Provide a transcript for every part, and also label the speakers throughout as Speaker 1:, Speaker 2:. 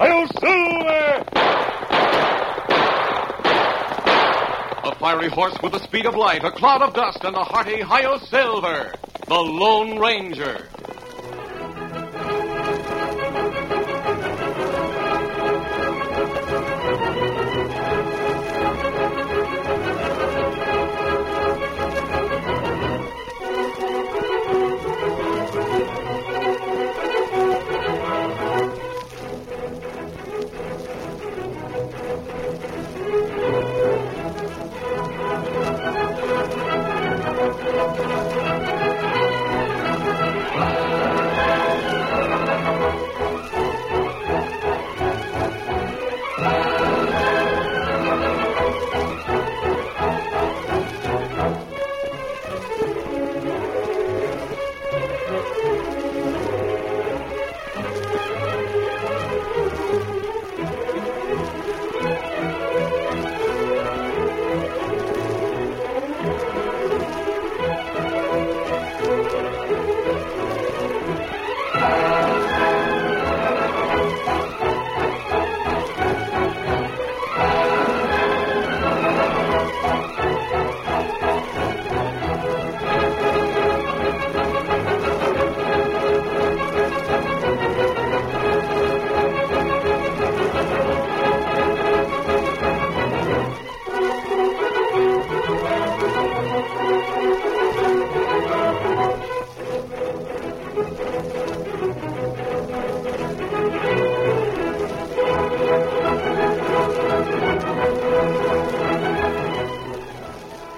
Speaker 1: Hail Silver!
Speaker 2: A fiery horse with the speed of light, a cloud of dust, and a hearty Hio Silver, the Lone Ranger.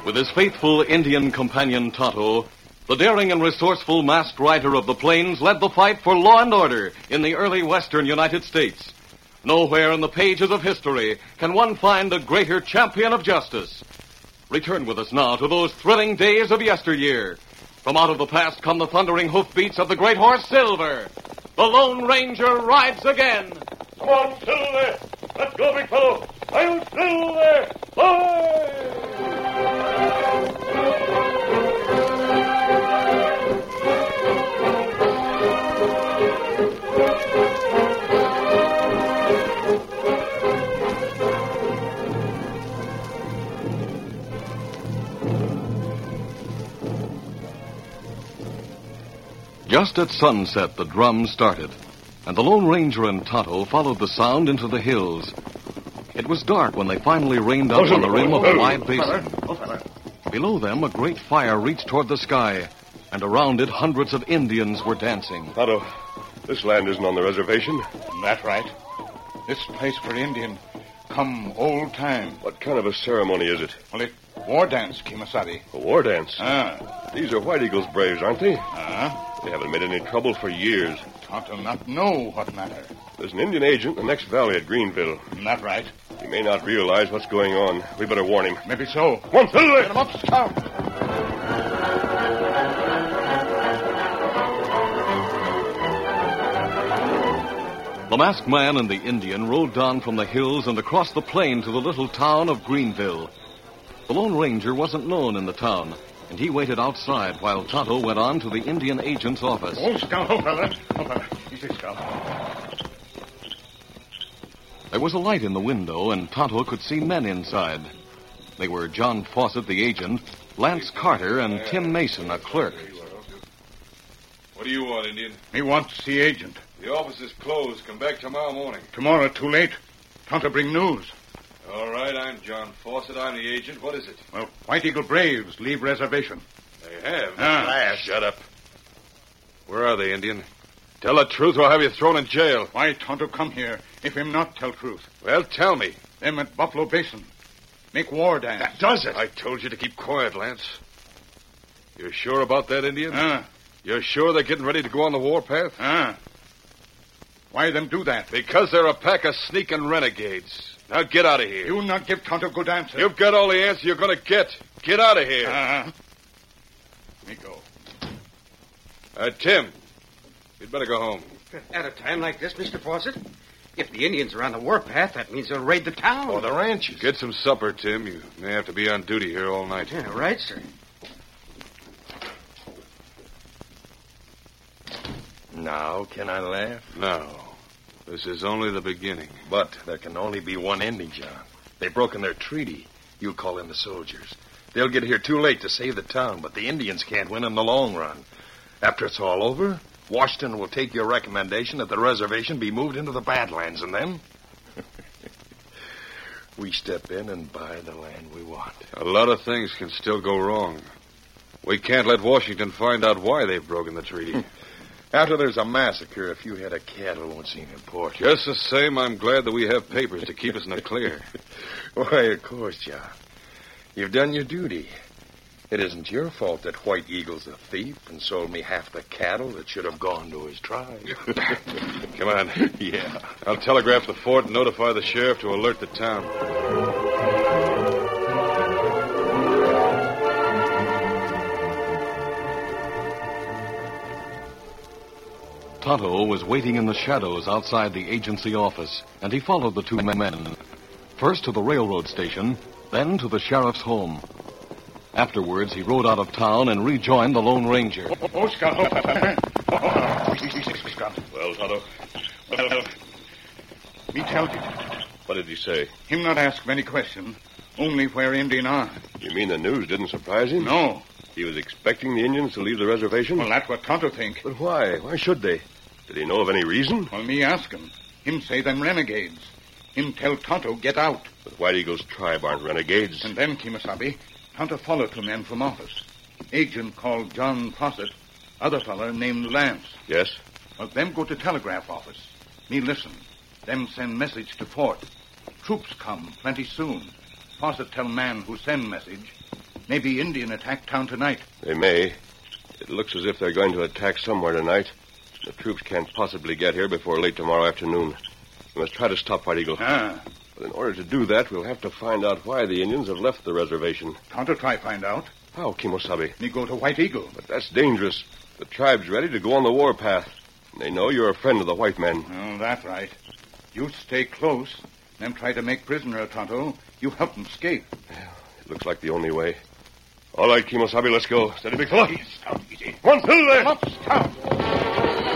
Speaker 2: With his faithful Indian companion Tonto, the daring and resourceful masked rider of the plains led the fight for law and order in the early western United States. Nowhere in the pages of history can one find a greater champion of justice. Return with us now to those thrilling days of yesteryear. From out of the past come the thundering hoofbeats of the great horse Silver. The Lone Ranger rides again.
Speaker 1: Come on, Silver! Let's go, big fellow! Hail Silver! Boy!
Speaker 2: Just at sunset, the drum started, and the Lone Ranger and Tonto followed the sound into the hills. It was dark when they finally reined up on the rim of a wide basin. Below them, a great fire reached toward the sky, and around it, hundreds of Indians were dancing.
Speaker 1: Tonto, this land isn't on the reservation.
Speaker 3: That right. This place for Indian. Come old time.
Speaker 1: What kind of a ceremony is it?
Speaker 3: Well, it war dance, Kimasati.
Speaker 1: A war dance?
Speaker 4: Uh.
Speaker 3: Ah,
Speaker 1: These are White Eagle's braves, aren't they?
Speaker 3: ah.
Speaker 1: They haven't made any trouble for years.
Speaker 3: Tonto not know what matter.
Speaker 1: There's an Indian agent in the next valley at Greenville.
Speaker 3: That right.
Speaker 1: He may not realize what's going on. We better warn him.
Speaker 3: Maybe so.
Speaker 1: Come on, Silver!
Speaker 3: Get 'em up, scout.
Speaker 2: The masked man and the Indian rode down from the hills and across the plain to the little town of Greenville. The Lone Ranger wasn't known in the town, and he waited outside while Tonto went on to the Indian agent's office.
Speaker 3: Old scout, old fella. Old fella. Easy, scout.
Speaker 2: There was a light in the window, and Tonto could see men inside. They were John Fawcett, the agent, Lance Carter, and Tim Mason, a clerk.
Speaker 4: What do you want, Indian?
Speaker 3: Me want to see agent.
Speaker 4: The office is closed. Come back tomorrow morning.
Speaker 3: Tomorrow too late. Tonto bring news.
Speaker 4: All right, I'm John Fawcett. I'm the agent. What is it?
Speaker 3: Well, White Eagle Braves leave reservation.
Speaker 4: They have.
Speaker 3: Ah.
Speaker 4: Shut up. Where are they, Indian? Tell the truth or I'll have you thrown in jail.
Speaker 3: Why Tonto come here if him not tell truth?
Speaker 4: Well, tell me.
Speaker 3: Them at Buffalo Basin. Make war dance.
Speaker 4: does it. I told you to keep quiet, Lance. You're sure about that, Indian?
Speaker 3: Ah,
Speaker 4: You're sure they're getting ready to go on the warpath?
Speaker 3: ah. Why them do that?
Speaker 4: Because they're a pack of sneaking renegades. Now get out of here.
Speaker 3: You not give Tonto good answer.
Speaker 5: Uh-huh.
Speaker 4: You've got all the answer you're going to get. Get out of here.
Speaker 3: Ah. Miko.
Speaker 4: Uh, Tim, you'd better go home.
Speaker 5: At a time like this, Mr. Fawcett, if the Indians are on the warpath, that means they'll raid Oh, the town.
Speaker 4: Or the ranches. Get some supper, Tim. You may have to be on duty here all night.
Speaker 5: Yeah, right, sir.
Speaker 6: Now, can I laugh?
Speaker 4: No. This is only the beginning.
Speaker 6: But there can only be one ending, John. They've broken their treaty. You call in the soldiers. They'll get here too late to save the town, but the Indians can't win in the long run. After it's all over, Washington will take your recommendation that the reservation be moved into the Badlands, and then. we step in and buy the land we want.
Speaker 4: A lot of things can still go wrong. We can't let Washington find out why they've broken the treaty.
Speaker 6: After there's a massacre, a few head of cattle won't seem important.
Speaker 4: Just the same, I'm glad that we have papers to keep us in the clear.
Speaker 6: Why, of course, John. You've done your duty. It isn't your fault that White Eagle's a thief and sold me half the cattle that should have gone to his tribe.
Speaker 4: Come on.
Speaker 6: yeah.
Speaker 4: I'll telegraph the fort and notify the sheriff to alert the town.
Speaker 2: Tonto was waiting in the shadows outside the agency office, and he followed the two men. First to the railroad station, then to the sheriff's home. Afterwards, he rode out of town and rejoined the Lone Ranger.
Speaker 3: Oh, Scout. Oh, oh, oh, oh, Scout.
Speaker 7: Well, Tonto,
Speaker 3: Well, me tell you,
Speaker 7: what did he say?
Speaker 3: him not ask many question, only where Indian are.
Speaker 7: You mean the news didn't surprise him?
Speaker 3: No.
Speaker 7: He was expecting the Indians to leave the reservation?
Speaker 3: Well, that's what Tonto think.
Speaker 7: But why? Why should they? Did he know of any reason?
Speaker 3: Well, me ask him. Him say them renegades. Him tell Tonto get out.
Speaker 7: But White Eagle's tribe aren't renegades.
Speaker 3: And then, Kimasabi, Tonto follow two men from office. Agent called John Fawcett, other feller named Lance.
Speaker 7: Yes?
Speaker 3: Well, them go to telegraph office. Me listen. Them send message to fort. Troops come plenty soon. Fawcett tell man who send message. Maybe Indian attack town tonight.
Speaker 7: They may. It looks as if they're going to attack somewhere tonight. The troops can't possibly get here before late tomorrow afternoon. We must try to stop White Eagle.
Speaker 3: Ah,
Speaker 7: But in order to do that, we'll have to find out why the Indians have left the reservation.
Speaker 3: Tonto try find out.
Speaker 7: How, Kimosabe?
Speaker 3: Me go to White Eagle.
Speaker 7: But that's dangerous. The tribe's ready to go on the warpath. And They know you're a friend of the white men.
Speaker 3: Oh, that right. You stay close. Them try to make prisoner Tonto. You help 'em escape.
Speaker 7: It looks like the only way. All right, Kimosabe, let's go. Steady, big fella.
Speaker 3: Easy, Scout, easy.
Speaker 7: One through there.
Speaker 3: Up, Scout.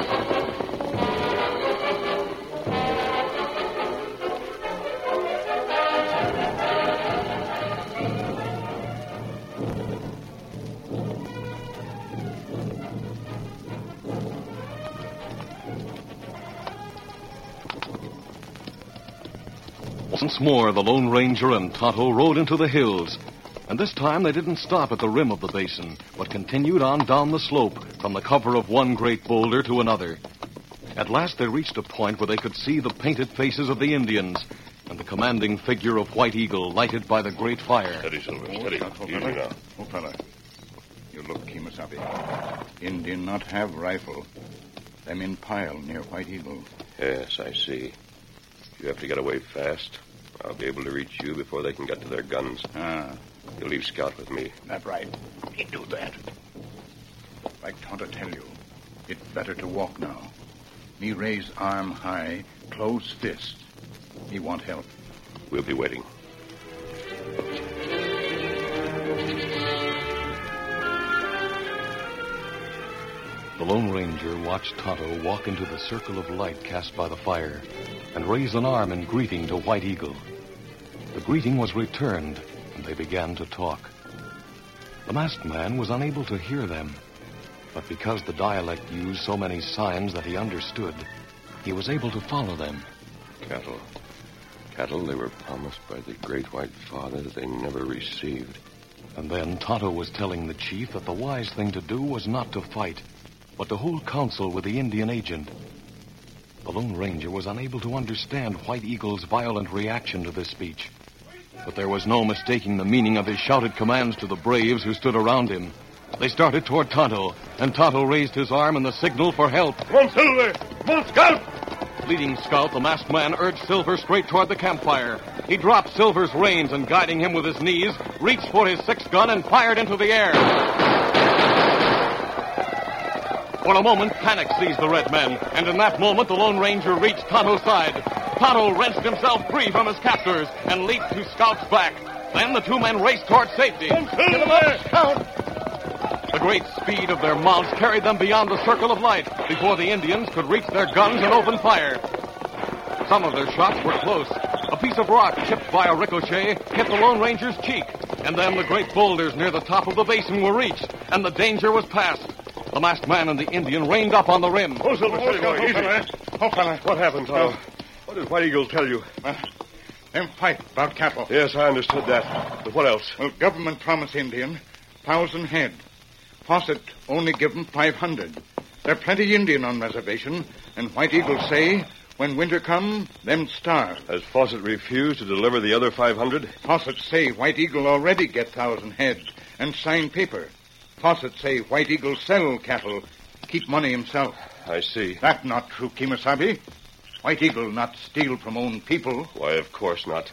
Speaker 2: Once more, the Lone Ranger and Tonto rode into the hills. And this time they didn't stop at the rim of the basin, but continued on down the slope, from the cover of one great boulder to another. At last they reached a point where they could see the painted faces of the Indians and the commanding figure of White Eagle lighted by the great fire.
Speaker 7: Steady, Silver.
Speaker 3: Oh,
Speaker 7: Steady.
Speaker 3: Tonto,
Speaker 7: Easy
Speaker 3: fella.
Speaker 7: now.
Speaker 3: Oh, fella. You look, Kimasabi. Indian not have rifle. Them in pile near White Eagle.
Speaker 7: Yes, I see. You have to get away fast. I'll be able to reach you before they can get to their guns.
Speaker 3: Ah,
Speaker 7: You leave Scout with me.
Speaker 3: that right. You do that. Like Tonto tell you, it better to walk now. Me raise arm high, close fist. Me want help.
Speaker 7: We'll be waiting.
Speaker 2: The Lone Ranger watched Tonto walk into the circle of light cast by the fire and raise an arm in greeting to White Eagle. The greeting was returned, and they began to talk. The masked man was unable to hear them, but because the dialect used so many signs that he understood, he was able to follow them.
Speaker 7: Cattle. Cattle they were promised by the great white father that they never received.
Speaker 2: And then Tonto was telling the chief that the wise thing to do was not to fight, but to hold counsel with the Indian agent. The Lone Ranger was unable to understand White Eagle's violent reaction to this speech. But there was no mistaking the meaning of his shouted commands to the braves who stood around him. They started toward Tonto, and Tonto raised his arm in the signal for help.
Speaker 4: Come on, Silver. Come on, Scout.
Speaker 2: Leading Scout, the masked man urged Silver straight toward the campfire. He dropped Silver's reins and, guiding him with his knees, reached for his six gun and fired into the air. For a moment, panic seized the red men, and in that moment, the Lone Ranger reached Tonto's side. Tonto wrenched himself free from his captors and leaped to Scout's back. Then the two men raced toward safety. The great speed of their mounts carried them beyond the circle of light before the Indians could reach their guns and open fire. Some of their shots were close. A piece of rock chipped by a ricochet hit the Lone Ranger's cheek, and then the great boulders near the top of the basin were reached, and the danger was past. The masked man and the Indian reined up on the rim.
Speaker 4: Oh, Silver, steady, boy, easy.
Speaker 3: Oh, fella.
Speaker 7: What happened, Tonto? What did White Eagle tell you?
Speaker 3: uh, Them fight about cattle.
Speaker 7: Yes, I understood that. But what else?
Speaker 3: Well, government promise Indian, thousand head. Fawcett only give 'em 500. There plenty Indian on reservation, and White Eagle say, when winter come, them starve.
Speaker 7: Has Fawcett refused to deliver the other 500?
Speaker 3: Fawcett say White Eagle already get thousand head and sign paper. Fawcett say White Eagle sell cattle, keep money himself.
Speaker 7: I see.
Speaker 3: That not true, Kemosabe. White Eagle not steal from own people.
Speaker 7: Why, of course not.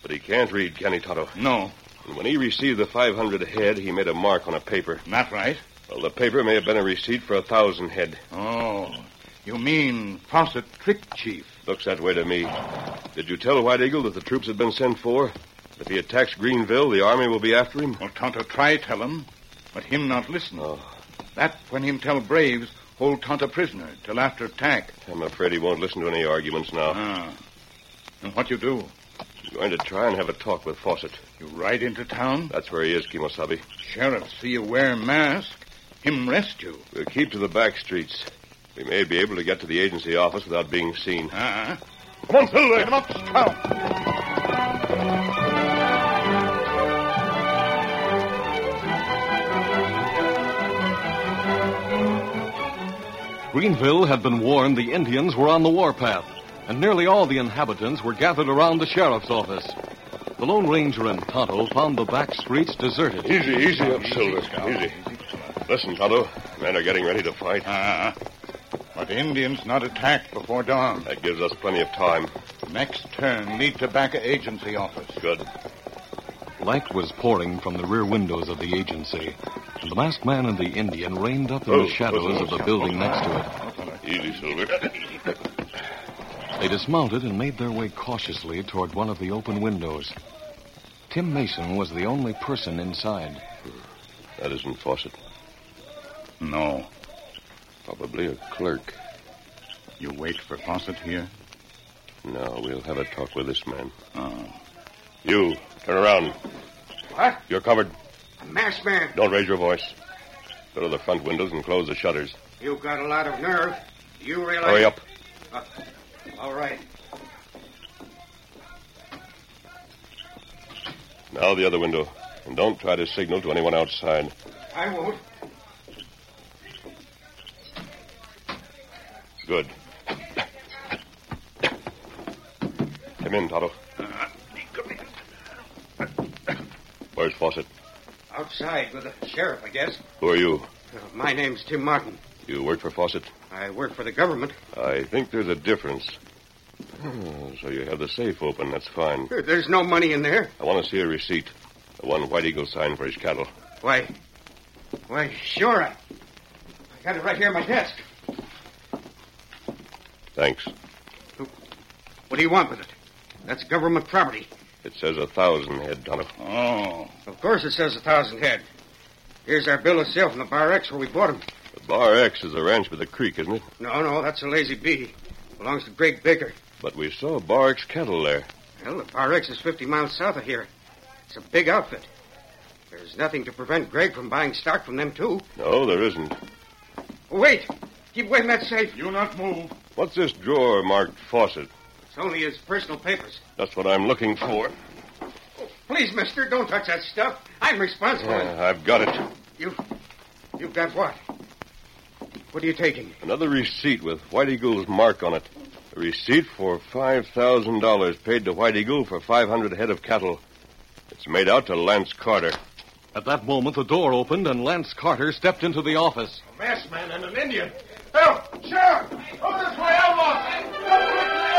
Speaker 7: But he can't read, can he, Tonto?
Speaker 3: No,
Speaker 7: And when he received the 500 head, he made a mark on a paper.
Speaker 3: not right.
Speaker 7: Well, the paper may have been a receipt for a thousand head.
Speaker 3: Oh, you mean Fawcett trick chief?
Speaker 7: Looks that way to me. Did you tell White Eagle that the troops had been sent for? If he attacks Greenville, the army will be after him?
Speaker 3: Well, Tonto try tell him, but him not listen.
Speaker 7: Oh.
Speaker 3: That when him tell Braves, hold Tonto prisoner till after attack.
Speaker 7: I'm afraid he won't listen to any arguments now.
Speaker 3: Ah. And what you do?
Speaker 7: I'm going to try and have a talk with Fawcett.
Speaker 3: You ride into town?
Speaker 7: That's where he is, Kimosabe.
Speaker 3: Sheriff see you wear mask. Him arrest you.
Speaker 7: We'll keep to the back streets. We may be able to get to the agency office without being seen.
Speaker 3: Ah.
Speaker 4: Come on, Silver.
Speaker 3: Come up, scout.
Speaker 2: Greenville had been warned the Indians were on the warpath, and nearly all the inhabitants were gathered around the sheriff's office. The Lone Ranger and Tonto found the back streets deserted.
Speaker 7: Easy, easy up, Silver. Easy. Listen, Tonto. Men are getting ready to fight.
Speaker 3: Ah. But Indians not attack before dawn.
Speaker 7: That gives us plenty of time.
Speaker 3: Next turn, lead tobacco agency office.
Speaker 7: Good.
Speaker 2: Light was pouring from the rear windows of the agency, and the masked man and the Indian reined up in the shadows of the building next to it.
Speaker 7: Easy, Silver.
Speaker 2: They dismounted and made their way cautiously toward one of the open windows. Tim Mason was the only person inside.
Speaker 7: That isn't Fawcett.
Speaker 3: No.
Speaker 7: Probably a clerk.
Speaker 3: You wait for Fawcett here?
Speaker 7: No, we'll have a talk with this man.
Speaker 3: Oh.
Speaker 7: You, turn around.
Speaker 5: What?
Speaker 7: You're covered.
Speaker 5: A masked man.
Speaker 7: Don't raise your voice. Go to the front windows and close the shutters.
Speaker 5: You got a lot of nerve. Do you realize?
Speaker 7: Hurry up.
Speaker 5: All right.
Speaker 7: Now the other window. And don't try to signal to anyone outside.
Speaker 5: I won't.
Speaker 7: Good. Come in, Toto. Where's Fawcett?
Speaker 5: Outside with the sheriff, I guess.
Speaker 7: Who are you?
Speaker 5: Uh, my name's Tim Martin.
Speaker 7: You work for Fawcett?
Speaker 5: I work for the government.
Speaker 7: I think there's a difference. Oh, so you have the safe open. That's fine.
Speaker 5: There- There's no money in there.
Speaker 7: I want to see a receipt. The one White Eagle signed for his cattle.
Speaker 5: Why? Why, sure. I, I got it right here on my desk.
Speaker 7: Thanks.
Speaker 5: What do you want with it? That's government property.
Speaker 7: It says a thousand head, Tonto.
Speaker 3: Oh.
Speaker 5: Of course it says a thousand head. Here's our bill of sale from the Bar X where we bought 'em.
Speaker 7: The Bar X is a ranch by the creek, isn't it?
Speaker 5: No, no, that's a lazy bee. Belongs to Greg Baker.
Speaker 7: But we saw Bar X cattle there.
Speaker 5: Well, the Bar X is 50 miles south of here. It's a big outfit. There's nothing to prevent Greg from buying stock from them, too. Oh,
Speaker 7: No, there isn't.
Speaker 5: Wait! Keep away from that safe.
Speaker 3: You not move.
Speaker 7: What's this drawer marked Fawcett?
Speaker 5: It's only his personal papers. Oh,
Speaker 7: That's what I'm looking for.
Speaker 5: Please, mister, don't touch that stuff. I'm responsible.
Speaker 7: Ah, I've got it.
Speaker 5: You, you've got what? What are you taking?
Speaker 7: Another receipt with White Eagle's mark on it. A receipt for $5,000 paid to White Eagle for 500 head of cattle. It's made out to Lance Carter.
Speaker 2: At that moment, the door opened and Lance Carter stepped into the office.
Speaker 4: masked man and an Indian. Help! Sheriff! Come this way, outlaw! Come quick to the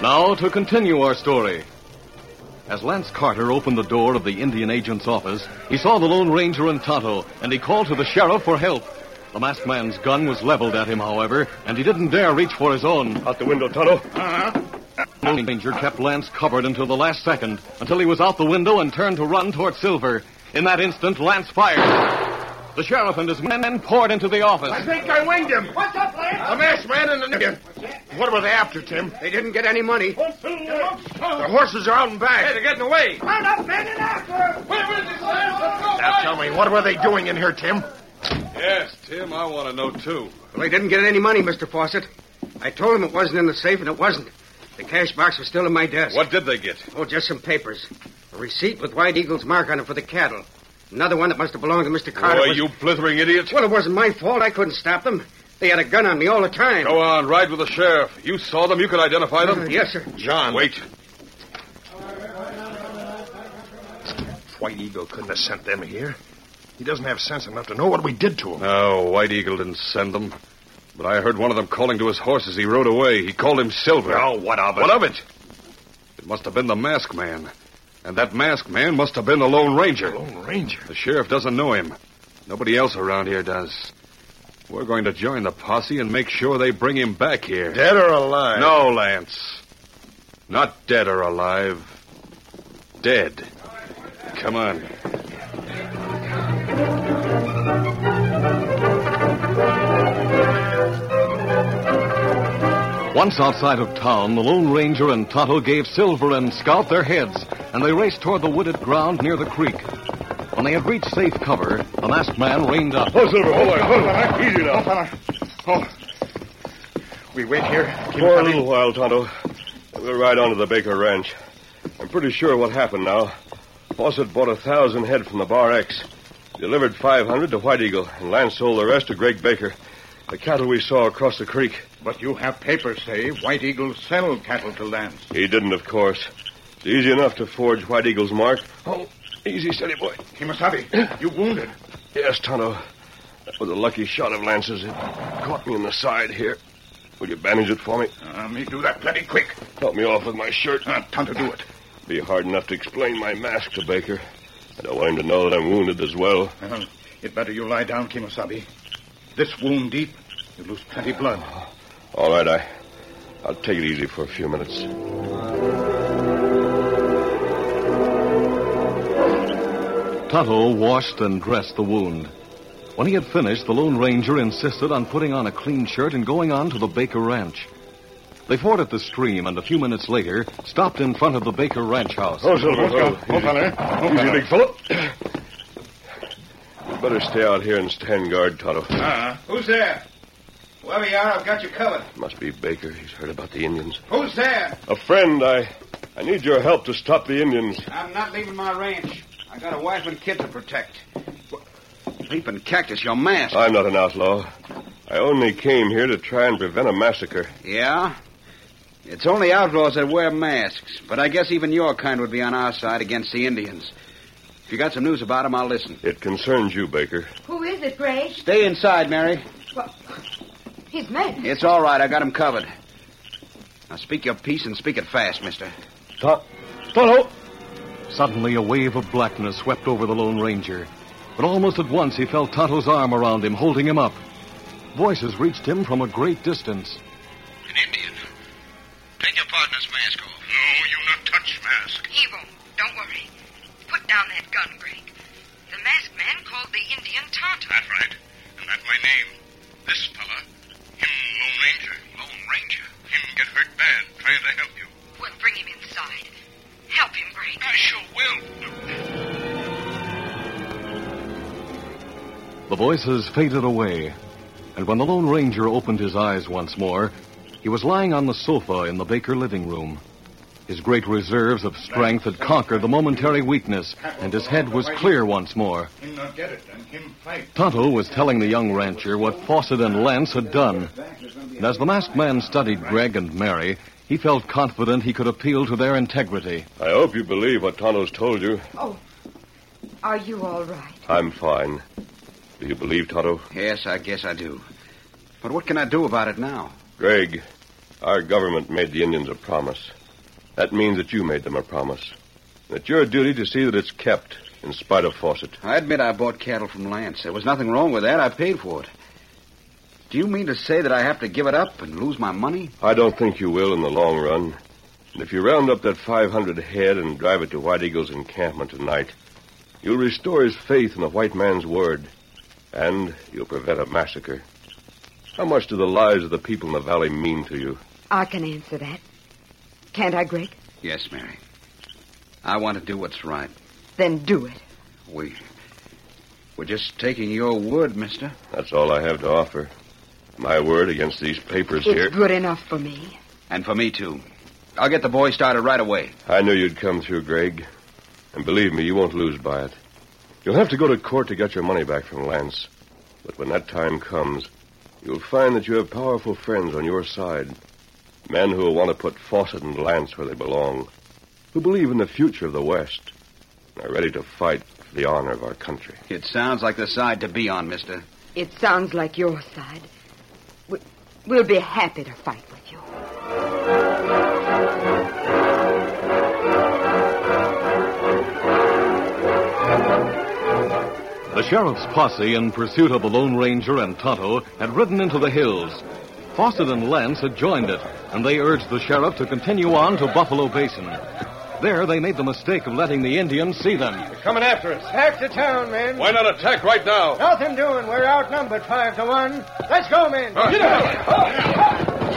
Speaker 2: Now to continue our story. As Lance Carter opened the door of the Indian agent's office, he saw the Lone Ranger and Tonto, and he called to the sheriff for help. The masked man's gun was leveled at him, however, and he didn't dare reach for his own.
Speaker 7: Out the window, Tonto.
Speaker 2: The Lone Ranger kept Lance covered until the last second, until he was out the window and turned to run toward Silver. In that instant, Lance fired. The sheriff and his men poured into the office.
Speaker 4: think I winged him.
Speaker 5: What's up, Lance?
Speaker 4: The masked man and the Indian. What were they after, Tim?
Speaker 5: They didn't get any money.
Speaker 4: The horses are out and back. Hey, they're getting away.
Speaker 5: Round up, men, and after him.
Speaker 4: Now tell me, what were they doing in here, Tim?
Speaker 6: Yes, Tim, I want to know, too.
Speaker 5: Well, they didn't get any money, Mr. Fawcett. I told them it wasn't in the safe, and it wasn't. The cash box was still in my desk.
Speaker 6: What did they get?
Speaker 5: Oh, just some papers. A receipt with White Eagle's mark on it for the cattle. Another one that must have belonged to Mr. Carter.
Speaker 6: Why,
Speaker 5: was-
Speaker 6: you blithering idiot.
Speaker 5: Well, it wasn't my fault. I couldn't stop them. They had a gun on me all the time.
Speaker 6: Go on, ride with the sheriff. You saw them. You could identify
Speaker 5: Uh,
Speaker 6: them.
Speaker 5: yes, sir.
Speaker 6: John. Wait.
Speaker 4: White Eagle couldn't have sent them here. He doesn't have sense enough to know what we did to him.
Speaker 6: No, Oh, White Eagle didn't send them. But I heard one of them calling to his horse as he rode away. He called him Silver.
Speaker 4: Well, Oh, what of it?
Speaker 6: What of it? It must have been the masked man. And that masked man must have been the Lone Ranger.
Speaker 4: Lone Ranger.
Speaker 6: The sheriff doesn't know him. Nobody else around here does. We're going to join the posse and make sure they bring him back here.
Speaker 4: Dead or alive?
Speaker 6: No, Lance. Not dead or alive. Dead. Come on.
Speaker 2: Once outside of town, the Lone Ranger and Tonto gave Silver and Scout their heads, and they raced toward the wooded ground near the creek. When they had reached safe cover, the masked man reined up.
Speaker 4: Oh, Silver, hold on. Hold on. Easy now. We wait here. Keep
Speaker 7: For a
Speaker 4: coming.
Speaker 7: little while, Tonto. We'll ride on to the Baker Ranch. I'm pretty sure what happened now. Fawcett bought a thousand head from the Bar X, delivered 500 to White Eagle, and Lance sold the rest to Greg Baker. The cattle we saw across the creek.
Speaker 3: But you have papers say White Eagle sell cattle to Lance.
Speaker 7: He didn't, of course. It's easy enough to forge White Eagle's mark. Oh, easy, steady boy.
Speaker 3: Kimasabi, you wounded.
Speaker 7: Yes, Tonto. That was a lucky shot of Lance's. It caught me in the side here. Will you bandage it for me?
Speaker 3: Uh, me do that plenty quick.
Speaker 7: Help me off with my shirt.
Speaker 3: Uh, time to do it.
Speaker 7: Be hard enough to explain my mask to Baker. I don't want him to know that I'm wounded as well.
Speaker 3: Well, it better you lie down, Kimasabi. This wound deep, you lose plenty blood.
Speaker 7: All right, I, I'll take it easy for a few minutes.
Speaker 2: Tonto washed and dressed the wound. When he had finished, the Lone Ranger insisted on putting on a clean shirt and going on to the Baker Ranch. They forded the stream and a few minutes later stopped in front of the Baker Ranch house.
Speaker 7: Oh, Silver, easy, big fellow. You better stay out here and stand guard, Toto.
Speaker 3: Who's there? Whoever you are, I've got you covered.
Speaker 7: Must be Baker. He's heard about the Indians.
Speaker 3: Who's there?
Speaker 7: A friend, I, I need your help to stop the Indians.
Speaker 5: I'm not leaving my ranch. I got a wife and kid to protect. Leaping cactus, your mask.
Speaker 7: I'm not an outlaw. I only came here to try and prevent a massacre.
Speaker 5: yeah? It's only outlaws that wear masks, but I guess even your kind would be on our side against the Indians. If you got some news about them, I'll listen.
Speaker 7: It concerns you, Baker.
Speaker 8: Who is it, Bray?
Speaker 5: Stay inside, Mary.
Speaker 8: His men.
Speaker 5: It's all right. I got him covered. Now speak your piece and speak it fast, mister.
Speaker 7: To- Toto!
Speaker 2: Uh, Suddenly, a wave of blackness swept over the Lone Ranger. But almost at once, he felt Tonto's arm around him, holding him up. Voices reached him from a great distance.
Speaker 9: An Indian. Take your partner's mask off. No, you not touch mask.
Speaker 8: He won't. Don't worry. Put down that gun, Greg. The masked man called the Indian Tonto.
Speaker 9: That's right. And that's my name. This fella, him Lone Ranger. Lone Ranger? Him get hurt bad trying to help you.
Speaker 8: We'll bring him inside. Help him, Greg.
Speaker 9: I sure will.
Speaker 2: The voices faded away, and when the Lone Ranger opened his eyes once more, he was lying on the sofa in the Baker living room. His great reserves of strength had conquered the momentary weakness, and his head was clear once more.
Speaker 3: Him not get it, and him fight.
Speaker 2: Tonto was telling the young rancher what Fawcett and Lance had done. And as the masked man studied Greg and Mary, he felt confident he could appeal to their integrity.
Speaker 7: I hope you believe what Tonto's told you.
Speaker 8: Oh, are you all right?
Speaker 7: I'm fine. Do you believe Tonto?
Speaker 5: Yes, I guess I do. But what can I do about it now?
Speaker 7: Greg, our government made the Indians a promise. That means that you made them a promise. And It's your duty to see that it's kept, in spite of Fawcett.
Speaker 5: I admit I bought cattle from Lance. There was nothing wrong with that. I paid for it. Do you mean to say that I have to give it up and lose my money?
Speaker 7: I don't think you will in the long run. And if you round up that 500 head and drive it to White Eagle's encampment tonight, you'll restore his faith in the white man's word. And you'll prevent a massacre. How much do the lives of the people in the valley mean to you?
Speaker 8: I can answer that. Can't I, Greg?
Speaker 5: Yes, Mary. I want to do what's right.
Speaker 8: Then do it.
Speaker 5: We. We're just taking your word, mister.
Speaker 7: That's all I have to offer. My word against these papers here.
Speaker 8: It's good enough for me.
Speaker 5: And for me, too. I'll get the boy started right away.
Speaker 7: I knew you'd come through, Greg. And believe me, you won't lose by it. You'll have to go to court to get your money back from Lance. But when that time comes, you'll find that you have powerful friends on your side. Men who will want to put Fawcett and Lance where they belong. Who believe in the future of the West. And are ready to fight for the honor of our country.
Speaker 5: It sounds like the side to be on, mister.
Speaker 8: It sounds like your side. We, we'll be happy to fight with you.
Speaker 2: The sheriff's posse, in pursuit of the Lone Ranger and Tonto, had ridden into the hills. Fawcett and Lance had joined it, and they urged the sheriff to continue on to Buffalo Basin. There, they made the mistake of letting the Indians see them.
Speaker 10: Coming after us. Back to town, men.
Speaker 4: Why not attack right now?
Speaker 10: Nothing doing. We're outnumbered five to one. Let's go, men. Get out.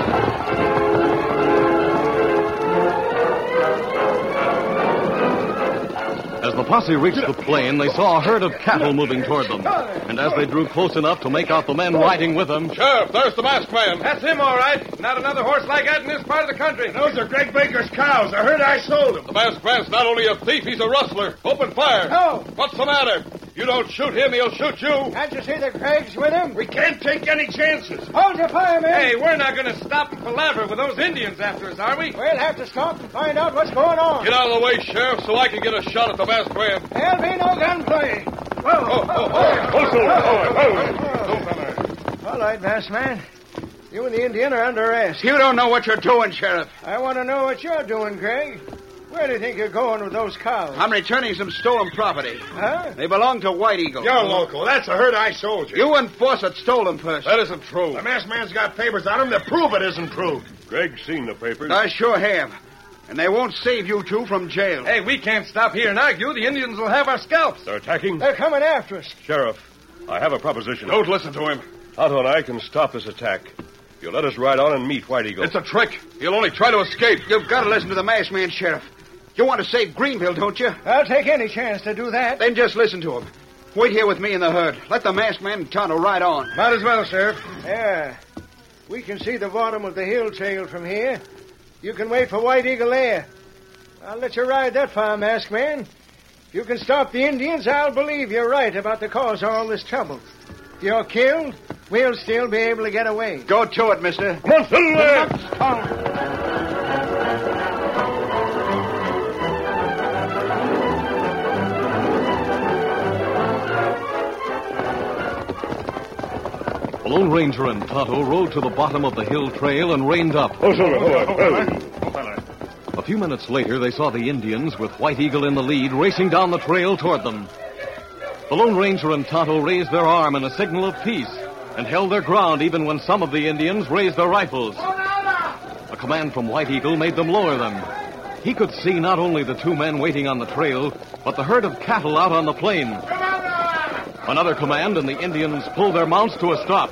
Speaker 2: As the posse reached the plain, they saw a herd of cattle moving toward them. And as they drew close enough to make out the men riding with them,
Speaker 4: Sheriff, there's the masked man.
Speaker 10: That's him, all right. Not another horse like that in this part of the country.
Speaker 11: Those are Greg Baker's cows. I heard I sold them.
Speaker 4: The masked man's not only a thief, he's a rustler. Open fire.
Speaker 10: No.
Speaker 4: What's the matter? You don't shoot him, he'll shoot you.
Speaker 10: Can't you see the Craig's with him?
Speaker 11: We can't take any chances.
Speaker 10: Hold your fire, men.
Speaker 12: Hey, we're not going to stop and palaver with those Indians after us, are we?
Speaker 10: We'll have to stop and find out what's going on.
Speaker 4: Get out of the way, Sheriff, so I can get a shot at the masked man.
Speaker 10: There'll be no gunplay. Whoa.
Speaker 4: Oh, oh, oh. Also,
Speaker 10: All right, masked man. You and the Indian are under arrest.
Speaker 5: You don't know what you're doing, Sheriff.
Speaker 10: I want to know what you're doing, Craig. Where do you think you're going with those cows?
Speaker 5: I'm returning some stolen property.
Speaker 10: Huh?
Speaker 5: They belong to White Eagle.
Speaker 11: You're local. That's the herd I sold you.
Speaker 5: You and Fawcett stole them first.
Speaker 4: That isn't true.
Speaker 11: The masked man's got papers on him to prove it isn't true.
Speaker 7: Greg's seen the papers.
Speaker 5: I sure have. And they won't save you two from jail.
Speaker 12: Hey, we can't stop here and argue. The Indians will have our scalps.
Speaker 7: They're attacking?
Speaker 10: They're coming after us.
Speaker 7: Sheriff, I have a proposition.
Speaker 4: Don't listen to him.
Speaker 7: Tonto and I can stop this attack. If you let us ride on and meet White Eagle.
Speaker 4: It's a trick. He'll only try to escape.
Speaker 5: You've got to listen to the masked man, Sheriff. You want to save Greenville, don't you?
Speaker 10: I'll take any chance to do that.
Speaker 5: Then just listen to him. Wait here with me in the herd. Let the masked man and Tonto ride on.
Speaker 10: Might as well, Sheriff. Yeah. We can see the bottom of the hill trail from here. You can wait for White Eagle there. I'll let you ride that far, masked man. If you can stop the Indians, I'll believe you're right about the cause of all this trouble. If you're killed, we'll still be able to get away.
Speaker 5: Go to it, mister.
Speaker 2: the Lone Ranger and
Speaker 4: Oh,
Speaker 2: Tonto rode to the bottom of the hill trail and reined up.
Speaker 7: Oh, sorry. Oh,
Speaker 2: A few minutes later, they saw the Indians with White Eagle in the lead racing down the trail toward them. The Lone Ranger and Tonto raised their arm in a signal of peace and held their ground even when some of the Indians raised their rifles. A command from White Eagle made them lower them. He could see not only the two men waiting on the trail, but the herd of cattle out on the plain. Another command, and the Indians pulled their mounts to a stop.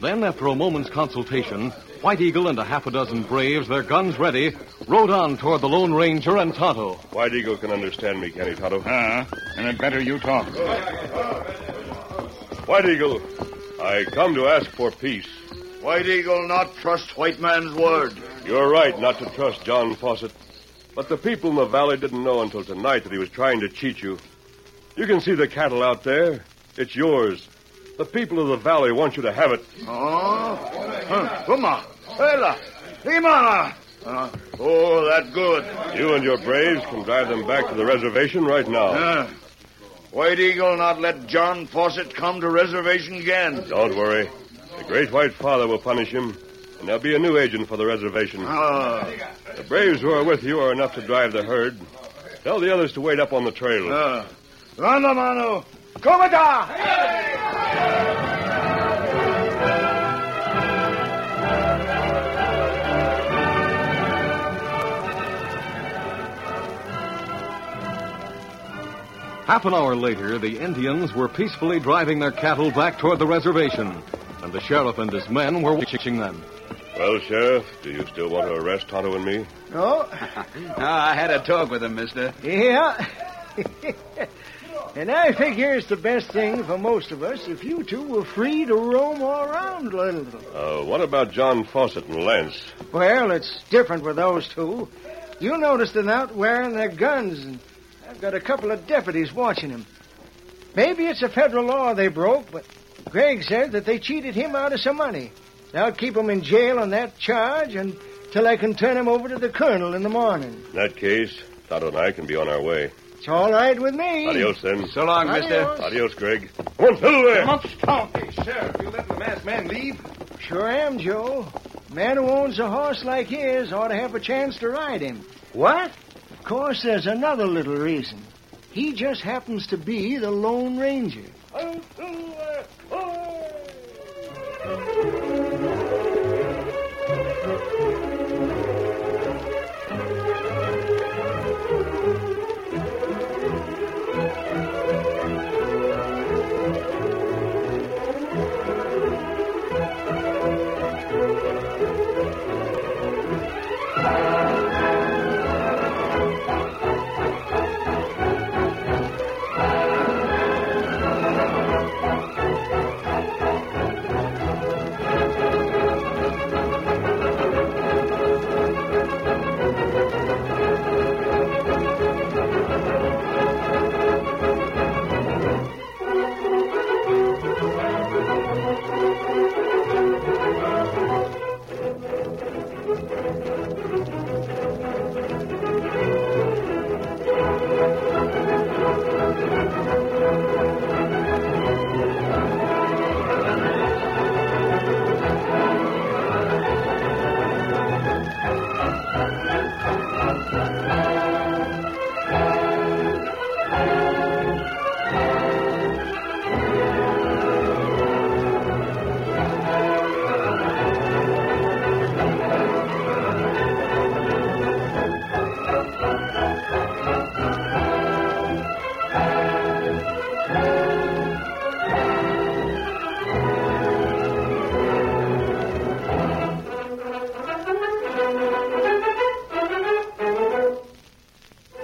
Speaker 2: Then, after a moment's consultation, White Eagle and a half a dozen braves, their guns ready, rode on toward the Lone Ranger and Tonto.
Speaker 7: White Eagle can understand me, can he, Tonto?
Speaker 4: Uh-huh.
Speaker 3: Ah, and it better you talk.
Speaker 7: White Eagle, I come to ask for peace.
Speaker 13: White Eagle not trust white man's word.
Speaker 7: You're right not to trust John Fawcett. But the people in the valley didn't know until tonight that he was trying to cheat you. You can see the cattle out there. It's yours. The people of the valley want you to have it.
Speaker 13: Oh, Puma, Ella, Uh, Limana.
Speaker 7: oh, that good. You and your braves can drive them back to the reservation right now.
Speaker 13: Uh. White Eagle not let John Fawcett come to reservation again.
Speaker 7: Don't worry. The Great White Father will punish him, and there'll be a new agent for the reservation.
Speaker 13: Ah.
Speaker 7: The braves who are with you are enough to drive the herd. Tell the others to wait up on the trail.
Speaker 13: Uh. Randa mano, comada.
Speaker 2: Half an hour later, the Indians were peacefully driving their cattle back toward the reservation, and the sheriff and his men were watching them.
Speaker 7: Well, Sheriff, do you still want to arrest Tonto and me?
Speaker 10: No?
Speaker 5: Ah, I had a talk with him, mister.
Speaker 10: Yeah. and I figure it's the best thing for most of us if you two were free to roam all around a little.
Speaker 7: Uh, what about John Fawcett and Lance?
Speaker 10: Well, it's different with those two. You notice they're not wearing their guns, and I've got a couple of deputies watching them. Maybe it's a federal law they broke, but Greg said that they cheated him out of some money. I'll keep them in jail on that charge until I can turn them over to the colonel in the morning.
Speaker 7: In that case, Tonto and I can be on our way.
Speaker 10: It's all right with me.
Speaker 7: Adios, then.
Speaker 10: So long, mister. Adios.
Speaker 7: Adios, Greg. Come on, fiddle there.
Speaker 10: Sheriff, you let the masked man leave? Sure am, Joe. Man who owns a horse like his ought to have a chance to ride him. What? Of course, there's another little reason. He just happens to be the Lone Ranger.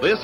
Speaker 2: This